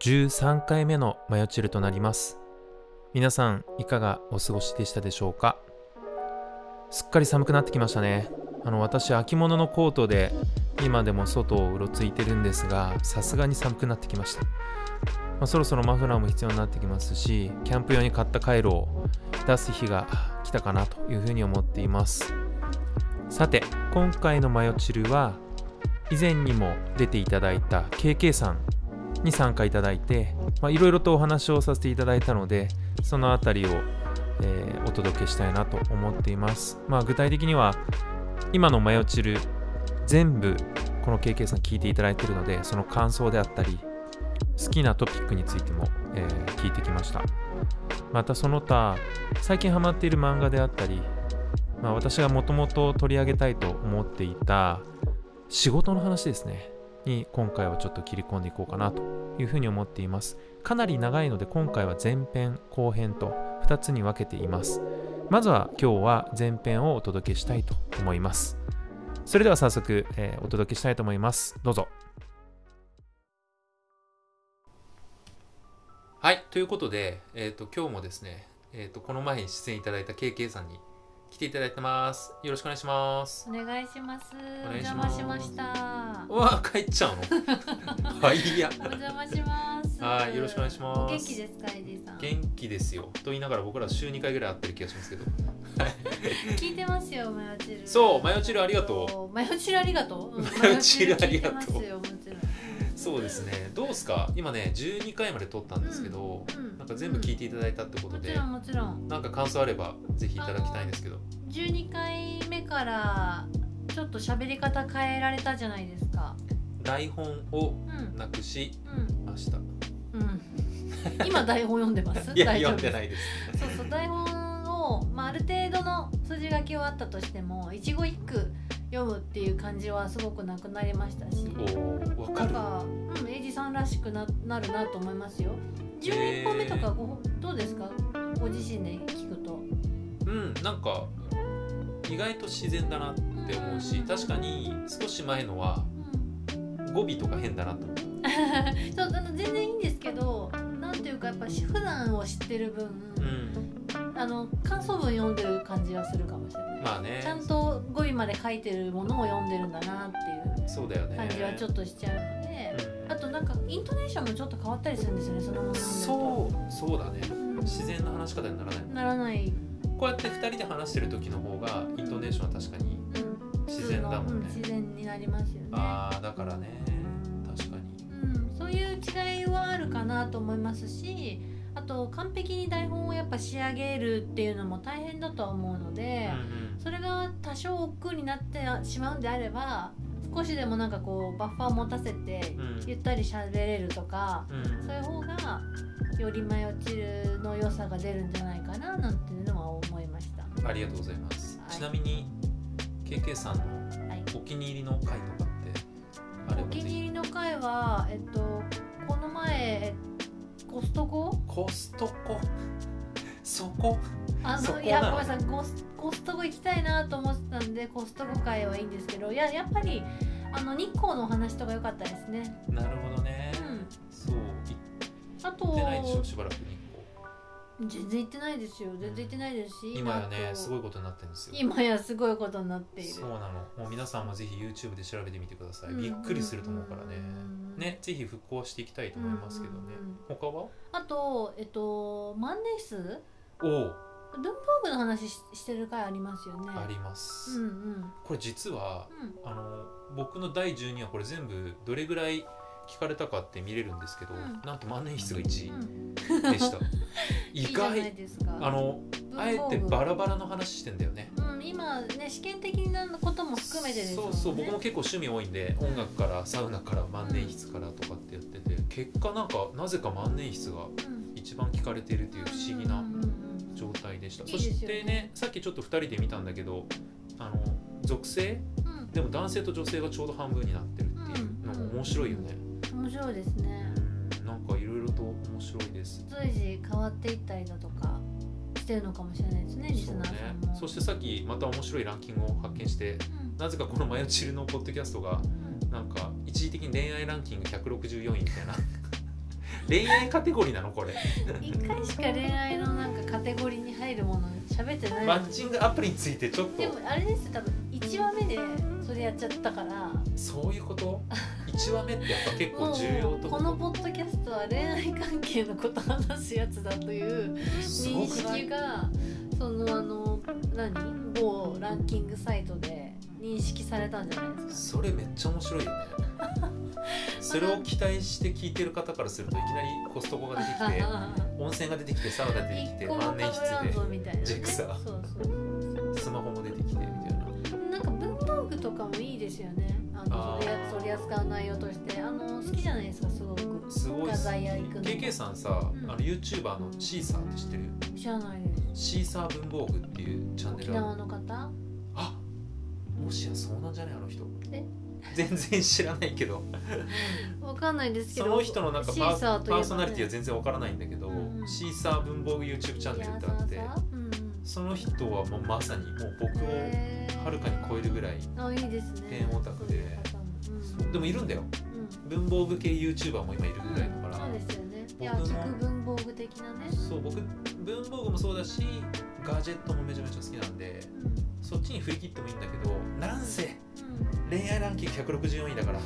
13回目のマヨチルとなります皆さんいかがお過ごしでしたでしょうかすっかり寒くなってきましたねあの私秋物のコートで今でも外をうろついてるんですがさすがに寒くなってきました、まあ、そろそろマフラーも必要になってきますしキャンプ用に買ったカイロを出す日が来たかなというふうに思っていますさて今回のマヨチルは以前にも出ていただいた KK さんに参加いただいていろいろとお話をさせていただいたのでそのあたりを、えーお届けしたいなと思っています、まあ、具体的には今のマヨチル全部この KK さん聞いていただいているのでその感想であったり好きなトピックについても、えー聞いてきましたまたその他最近ハマっている漫画であったり、まあ、私がもともと取り上げたいと思っていた仕事の話ですねに今回はちょっと切り込んでいこうかなというふうに思っていますかなり長いので今回は前編後編と2つに分けていますまずは今日は前編をお届けしたいと思いますそれでは早速、えーお届けしたいと思いますどうぞはいということで、えー、と今日もですね、えー、とこの前に出演いただいた KK さんに来ていただいてますよろしくお願いしますお願いします。お願いし邪ま魔すしました。うわ帰っちゃうのはいやお邪魔します。はいよろしくお願いしますお元気ですか、エディさん。元気ですよと言いながら僕ら週2回ぐらい会ってる気がしますけど聞いてますよ、マヨチル。そうマヨチルありがとう。マヨチルありがとう。 マヨチルありがとうマヨチル聞いてますよ、もちそうですねどうですか今ね12回まで撮ったんですけど、ろんうん。なんか全部聞いてていただいたってこともちで、ろん、もちろん。なんか感想あればぜひいただきたいんですけど12回目からちょっと喋り方変えられたじゃないですか。台本をうん。なくしうん。ました うん。今台本読んでます。いや大丈夫読んでないですそうそう台本を、まあ、ある程度の筋書きはあったとしても一語一句読むっていう感じはすごくなくなりましたしおーわなかんるか、うん、エイジさんらしくななるなと思いますよ11個目とかごどうですかご自身で聞くと。うんなんか意外と自然だなって思うし確かに少し前のはうん語尾とか変だなと思う そうあの全然いいんですけどなんていうかやっぱし普段を知ってる分、うんあの感想文読んでる感じはするかもしれない、まあねちゃんと語尾まで書いてるものを読んでるんだなっていそうだようね感じはちょっとしちゃうので、うんあとなんかイントネーションもちょっと変わったりするんですよねそのまま読んでそうそうだねると自然な話し方にならないならない、こうやって2人で話してる時の方がイントネーションは確かにうん自然だもんね普通のう自然になりますよねああだからね確かにうん、そういう違いはあるかなと思いますしあと完璧に台本をやっぱ仕上げるっていうのも大変だとは思うので、それが多少億劫になってしまうんであれば少しでもなんかこうバッファーを持たせてうんうんゆったり喋れるとか、うんそういう方がよりマヨチルの良さが出るんじゃないかななんていうのは思いました。ありがとうございます、はいちなみに KK さんのはいお気に入りの回とかってあれおば気ぜに入ひりの回は、えっと、この前えコストココストコ そこあそこのないやごめんなさいコスコストコ行きたいなと思ってたんでコストコ回はいいんですけどいややっぱりあの日光のお話とか良かったですね。なるほどねうん、そうあ行ってないでしょとしばらく日光全然行ってないですよ全然行ってないですし今やねすごいいことになってるんですよ今やすごいことになっているそうなのもう皆さんもぜひ YouTube で調べてみてください、うんびっくりすると思うからね、うんねぜひ復興していきたいと思いますけどね、うんうんうん他はあとえっと万年筆おう文房具の話ししてる回ありますよねありまうす、んうんこれ実はうんあの僕の第12話これ全部どれぐらい聞かれたかって見れるんですけど、うんなんと万年筆が1うん でした、いい意じゃな外いですかあのあえてバララバラの話してんだよねうん今ね試験的なことも含めてですもんそねうそう僕も結構趣味多いんで音楽からサウナから万年筆からとかってやってて結果なんかなぜか万年筆がうん一番聞かれてるっていう不思議なうんうんうん状態でした、いいそですよねしてねさっきちょっと2人で見たんだけどあの属性うんでも男性と女性がちょうど半分になってるっていうのうんも面白いよね、うん面白いですうねん、なんかいろいろと面白いです随時変わっていったりだとかしてるのかもしれないですねリスそうナねーさんもそしてさっきまた面白いランキングを発見してうんなぜかこの「マヨチル」のポッドキャストがうんなんか一時的に恋愛ランキング164位みたいな恋愛カテゴリーなのこれ一回しか恋愛のなんかカテゴリーに入るもの喋ってないマのッにチングアプリについてちょっとでもあれですよ多分1話目でそれやっちゃったからそういうこと 1話目ってやっぱ結構も重要うとこのポッドキャストは恋愛関係のこと話すやつだというすご認くない識がそのあの何某ランキングサイトで認識されたんじゃないですそれめっちゃ面白い よねそれを期待して聞いてる方からするといきなりコストコが出て きてか。温泉が出てきてサウナ出 てき一て個も万被年らん筆ぞみたいな、ね。ジェクサーそうそう。でスマホも出てきてみたいななんか文房具とかもいいですよね。あのあー取り扱取り扱う内容として、あの好きじゃないですか、すごく。すごいっす画材屋行くの KK さんさ、うんあの YouTuber のシーサーって知ってる知らないです。シーサー文房具っていうチャンネ沖ルある縄の方。あもしやそうなんじゃないあの人え全然知らないけどわかんないですけそど。の人のなんかパシーーサーといえばパねーソナリティは全然わからないんだけど、うんうんシーサー文房具 YouTube チャンネルってあっていやさあさあうんうんその人はもうまさにもう僕をへーはるかに超えるぐらいあ、いいですね。ペンオタクでそういう方も。うんでもいるんだようん文房具系 YouTuber も今いるぐらいだかそうらですよね。いや、僕も聞く文房具的なね。そう僕文房具もそうだしガジェットもめちゃめちゃ好きなんでうんうんそっちに振り切ってもいいんだけどなんせ恋愛ランキング164位だからい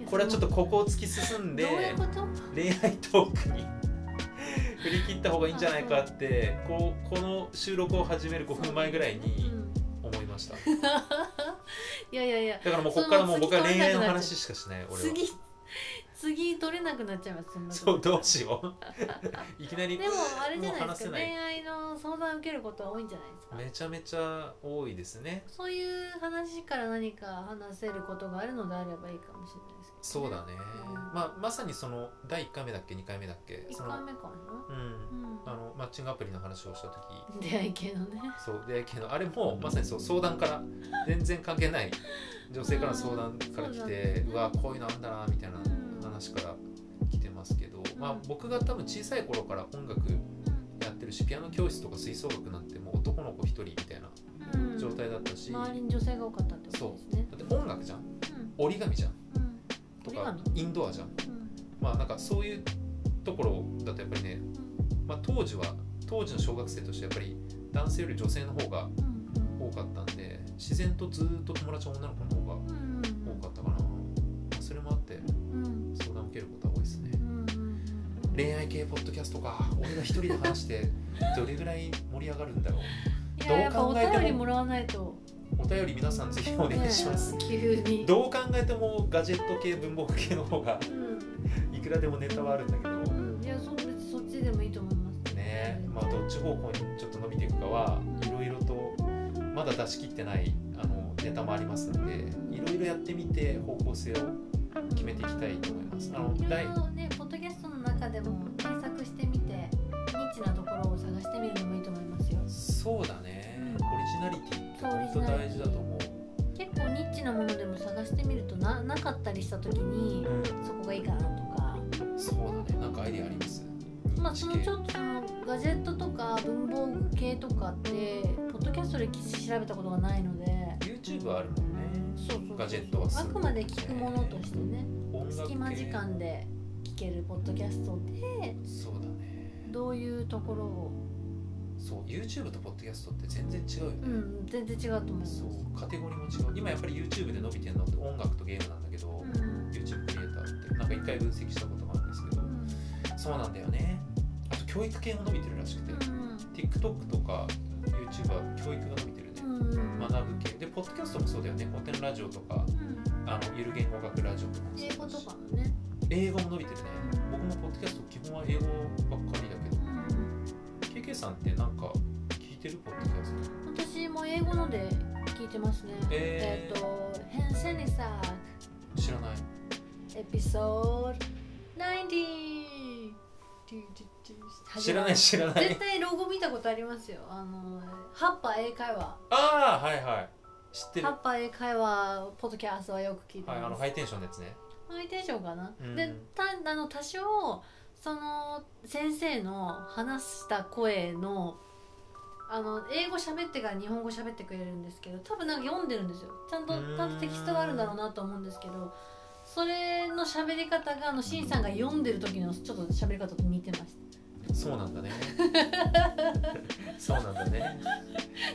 やこれはちょっとここを突き進んでどういうこと？恋愛トークに 振り切った方がいいんじゃないかってこうこの収録を始める5分前ぐらいにうん 思いましたいやいやいや。だからもうここからもう僕はその次恋愛の取れなくなっちゃ話しかしない俺は次次取れなくなっちゃいます。そんなことそうどうしよ ういきなりでもあれじゃないですもか。う話せない恋愛の相談受けることは多いんじゃないですか。めちゃめちゃ多いですねそういう話から何か話せることがあるのであればいいかもしれないですけど、そね。うだね、まあ、まさにその第1回目だっけ2回目だっけ一そ回の、目かな。うんう、ん。あのマッチングアプリの話をした時出会い系のね。そうでけどあれもまさにそう相談から全然関係ない女性からの相談から来そうだてねうわこういうのあんだなみたいなうん話から来てますけど、まあ、僕が多分小さい頃から音楽やってるしピアノ教室とか吹奏楽なんてもう男の子一人みたいなうん。うん状態だったし、周りに女性が多かったってことですね。だって音楽じゃん折り紙じゃんうんうんとか折りインドアじゃんうんまあなんかそういうところだとやっぱりね、まあ、当時は当時の小学生としてやっぱり男性より女性の方がうん多かったんで自然とずっと友達は女の子の方がうん多かったかな、まあそれもあってうんうん相談を受けることは多いですねうんうん恋愛系ポッドキャストか俺が一人で話してどれぐらい盛り上がるんだろういどうややっぱお考えても便りもらわないとお便り皆さんぜひお願いします、ね急にどう考えてもガジェット系文房具系の方がういくらでもネタはあるんだけどんうんいやそう別にそっちでもいいと思いますけどねまあどっち方向にちょっと伸びていくかはいろいろとまだ出し切ってないあのネタもありますんでいろいろやってみて方向性を決めていきたいと思いますあのいろ第いろねポッドキャストの中でも検索してみてニッチなところを探してみるのもいいと思いますよそうだねうんオリジナリティってそう本当大事だと思う結構ニッチなものでも探してみるとななかったりした時にそこがいいかなとかうんそうだねなんかアイディアありますまあそのちょっょっとそのガジェットとか文房具系とかってポッドキャストで調べたことがないので YouTube あるもんねそうそうそうガジェットはすあごいくまで聞くものとしてね音楽系隙間時間で聞けるポッドキャストでそうだねどういうところをそう YouTube とポッドキャストって全然違うよね、うん全然違うと思いますそうカテゴリーも違う今やっぱり YouTube で伸びてるのって音楽とゲームなんだけど、うん YouTube クリエイターってなんか一回分析したことがあるんですけどそうなんだよねあと教育系も伸びてるらしくて、TikTok とか YouTube は教育が伸びてるね、うんうん学ぶ系でポッドキャストもそうだよね古典ラジオとかうんあのゆる言語学ラジオとかもそう英だし語とかもね英語も伸びてるね僕もポッドキャスト基本は英語ばっかりだけどうん KK さんってなんか聞いてるポッドキャスト私も英語ので聞いてますねええーっと「変遷にさ知らないエピソード90」知らない知らな絶い対ロゴ見たことありますよあのハッパー英会話ああはいはい知ってるハッはパー英会話ポッドキャストはよく聞いていあまのす、ハイテンションのやつねハイテンションかな、うんでたあの多少その先生の話した声のあの英語喋ってから日本語喋ってくれるんですけど多分なんか読んでるんですよちゃんとうーんちゃんとテキストがあるんだろうなと思うんですけどそそれの喋り方があのしんさんが読んでる時のちょっと喋り方と似てましそうなん だねそうなんだね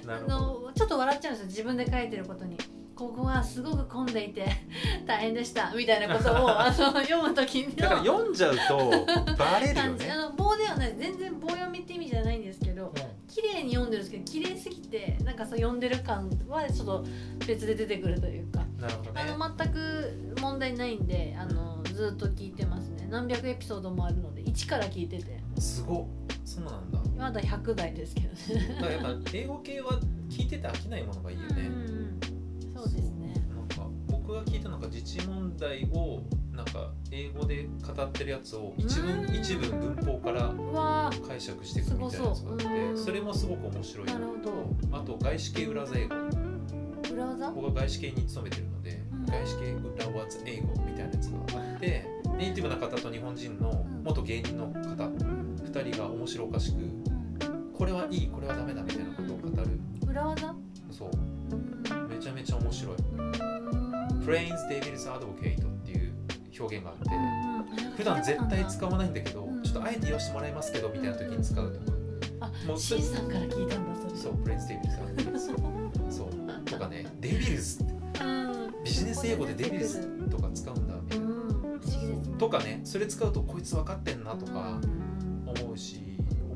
たなあるほどのちょっと笑っちゃうんですよ自分で書いてることにここはすごく混んでいて大変でしたみたいなことをあの読む時のだから読んじゃうとバレるよ感じねあの棒ではない全然棒読みって意味じゃないんですけど綺麗に読んでるんですけど綺麗すぎてなんかそう読んでる感はちょっと別で出てくるというかうんなるほどねあの全く問題ないんであのずっと聞いてますね何百エピソードもあるので1から聞いててすごっそうなんだまだ100代ですけどねだからやっぱ英語系は聞いてて飽きないものがいいよね、うんうんうんそうですねなんか僕が聞いたのが自治問題をなんか英語で語ってるやつを一う文ん一文文法からうわー解釈していくみたいなやつがあっすごそううてんそれもすごく面白いのなるほどとあと外資系裏座英語裏技僕は外資系に勤めてるのでうん外資系裏技英語みたいなやつがあってネイティブな方と日本人のん元芸人の方うん2人が面白おかしくこれはいいこれはダメだみたいなことを語る裏技そううんめちゃめちゃ面白いうんプレインズ・デビルズ・アドボケイトっていう表現があってうん普段絶対使わないんだけどうんちょっとあえて言わせてもらいますけどみたいな時に使うとかあもうそシンさんから聞いたんだそれそうプレインズ・デビルズ・アドボケイトそうそうとかねデビルズうんビジネス英語でデビルズとか使うんだみたういなん不思議ですねとかねそれ使うとこいつ分かってんなとかうん思うし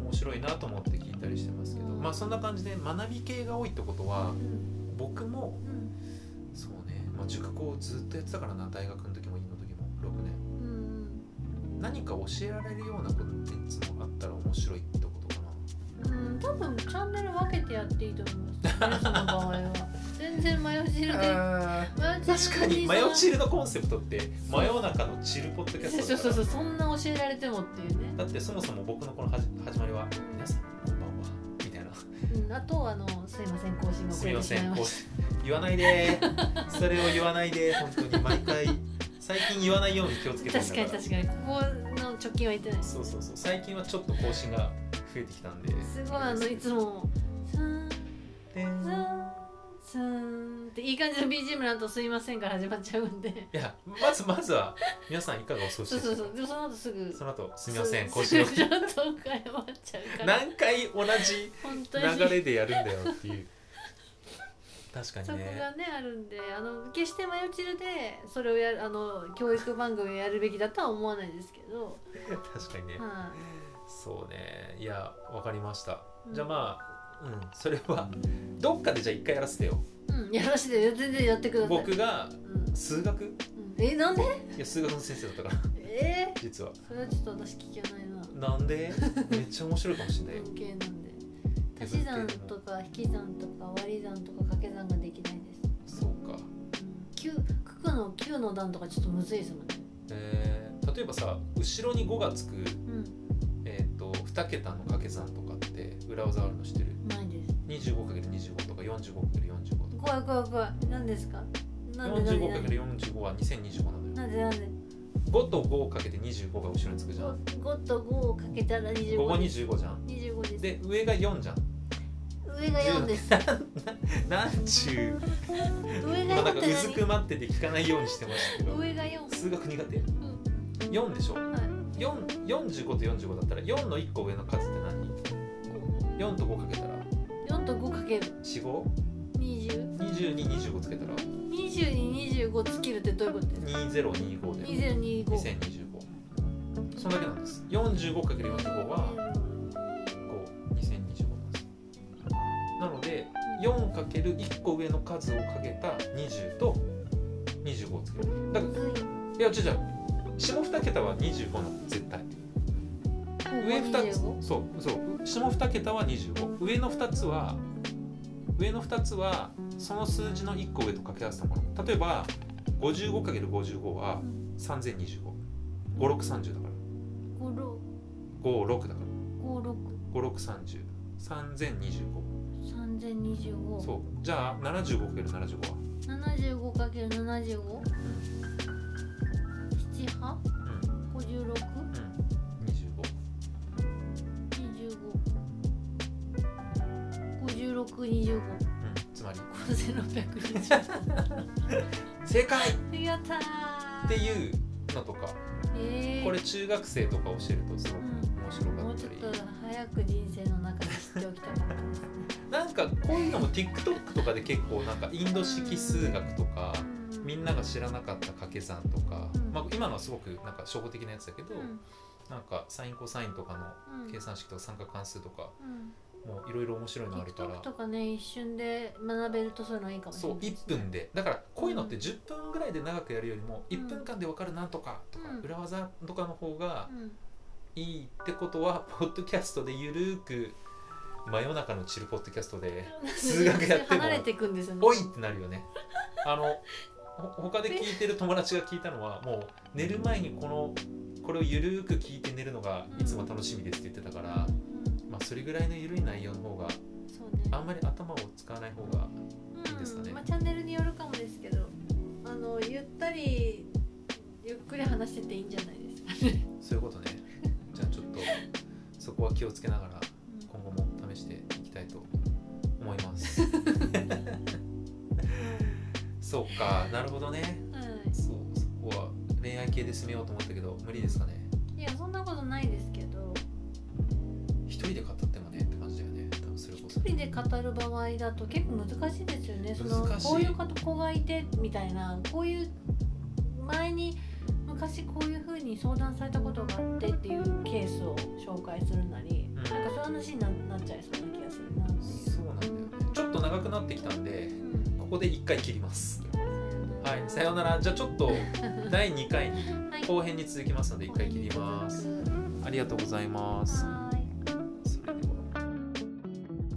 面白いなと思って聞いたりしてますけどまあそんな感じで学び系が多いってことはうん僕もうんそうね、まあ、塾講ずっとやってたからな大学の時も院の時も6年。うん何か教えられるようなコンテンツもあったら面白いってことかなうん多分チャンネル分けてやっていいと思いますその場合は全然マヨ汁で確かに「マヨ汁チル」のコンセプトって真夜中のチルポッドキャそスうそトうだかそうらそうそんな教えられてもっていうね、だってそもそも僕のこのはじ始まりは「皆さんこんばんは」みたいなうん、あとあのすいません更「新がす遅みれまてしませいんまこしう言わないで」それを言わないで本当に毎回最近言わないように気をつけたてるん確だかかにら確かにここの直近は行ってないですそうそうそう最近はちょっと更新が増えてきたんですごいあのいつもスーンでスーンスーンっていい感じの BGM の後すいません」から始まっちゃうんでいやまずまずは皆さんいかがお過ごしそでうそうすそかうでもその後すぐその後すみませんすぐ更ち新ょをっと謝っちゃうから何回同じ本当に流れでやるんだよっていう確かそにこねがねあるんであの決してマヨチルでそれをやるあの教育番組をやるべきだとは思わないですけど、確かにねはそうねいやわかりましたうんじゃあまあうんそれはどっかでじゃあ一回やらせてよい、うん、やらして全然やってください、僕がうん数学うんえなんでいや数学の先生だったからえ実はー、それはちょっと私聞けないななん でめっちゃ面白いかもしれないよ文系なんで足し算とか引き算とか割り算とか掛け算ができないでそうかす、うん、九九九の九の段とかちょっとむずいですもんねえー例えばさ後ろに5がつくうんえっと2桁の掛け算とかって裏技あるの知ってるないです 25×25 とか 45×45 とか怖い怖い怖い何ですかなんでなんでなんで 45×45 は2025なのよなんでなんで5と5かけて25が後ろにつくじゃん五と五をかけたら二十5五は。25じゃん二十五です。で上が4じゃん上が四です。なんちゅう上今なんかが四っうてずくまってて聞かないようにしてましたけど何？上が四。数学苦手うん4でしょは4 45と45だったら4の1個上の数って何い。こ ?4 と5かけたらう四と五かける二十。 452025つけたら二十に二十五つけるってどういうことですか？ 2025二でゼロ二五。 2025そんだけなんです 45×45 は2025なんですなので 4×1 個上の数をかけた20と25をつけるだからいや違う違う下2桁は25なの絶対上2つ25そうそう下2桁は25上の2つは上の2つはその数字の1個上と掛け合わせたもの例えば 55×55 は30255630だから五六56だから五六5630 3025三千二十五。そうじゃあ 75×75 は七十五かける七十五。七八う五十六んうん25二十五。五十六二十五。うんつまり五千六百二十。正解やったー。っていうのとかえー、これ中学生とか教えるとすごく面白もかうっちたょっりと早く人生の中で知っておきたかったですね。なんかこういうのも TikTok とかで結構なんかインド式数学とかうんみんなが知らなかった掛け算とかうん、まあ、今のはすごくなんか初歩的なやつだけど、うんなんかサインコサインとかうんの計算式とか三角関数とかうんもういろいろ面白いのあるから TikTok とかね一瞬で学べるとそういうのいいかもしそれうない。 1分でだからこういうのって10分ぐらいで長くやるよりも1分間で分かるなんとかとかうん裏技とかの方がうんいいってことはポッドキャストでゆるーく真夜中のチルポッドキャストで数学やっても離れていくんですよね。おいってなるよね。あのほ他で聞いてる友達が聞いたのはもう寝る前にこのこれをゆるーく聞いて寝るのがいつも楽しみですって言ってたから、うんまあ、それぐらいのゆるい内容の方がそうね。あんまり頭を使わない方がいいですかねうんまあチャンネルによるかもですけど、あのゆったりゆっくり話してていいんじゃないですかね。そういうことねじゃあちょっとそこは気をつけながらうん今後も試していきたいと思いますそうかなるほどねはい。そうそこは恋愛系で進めようと思ったけど無理ですかねいやそんなことないですけど、一人で語ってもねって感じだよね多分それこそ一人で語る場合だと結構難しいですよね。その難しいこういう子がいてみたいなこういう前に昔こういう風に相談されたことがあってっていうケースを紹介するなり、んなんかそういう話にななっちゃいそうな気がするなっていう。そうなんだよねちょっと長くなってきたんでここで一回切りますはいさようならじゃあちょっと第2回にはい後編に続きますので一回切りますはありがとうございますい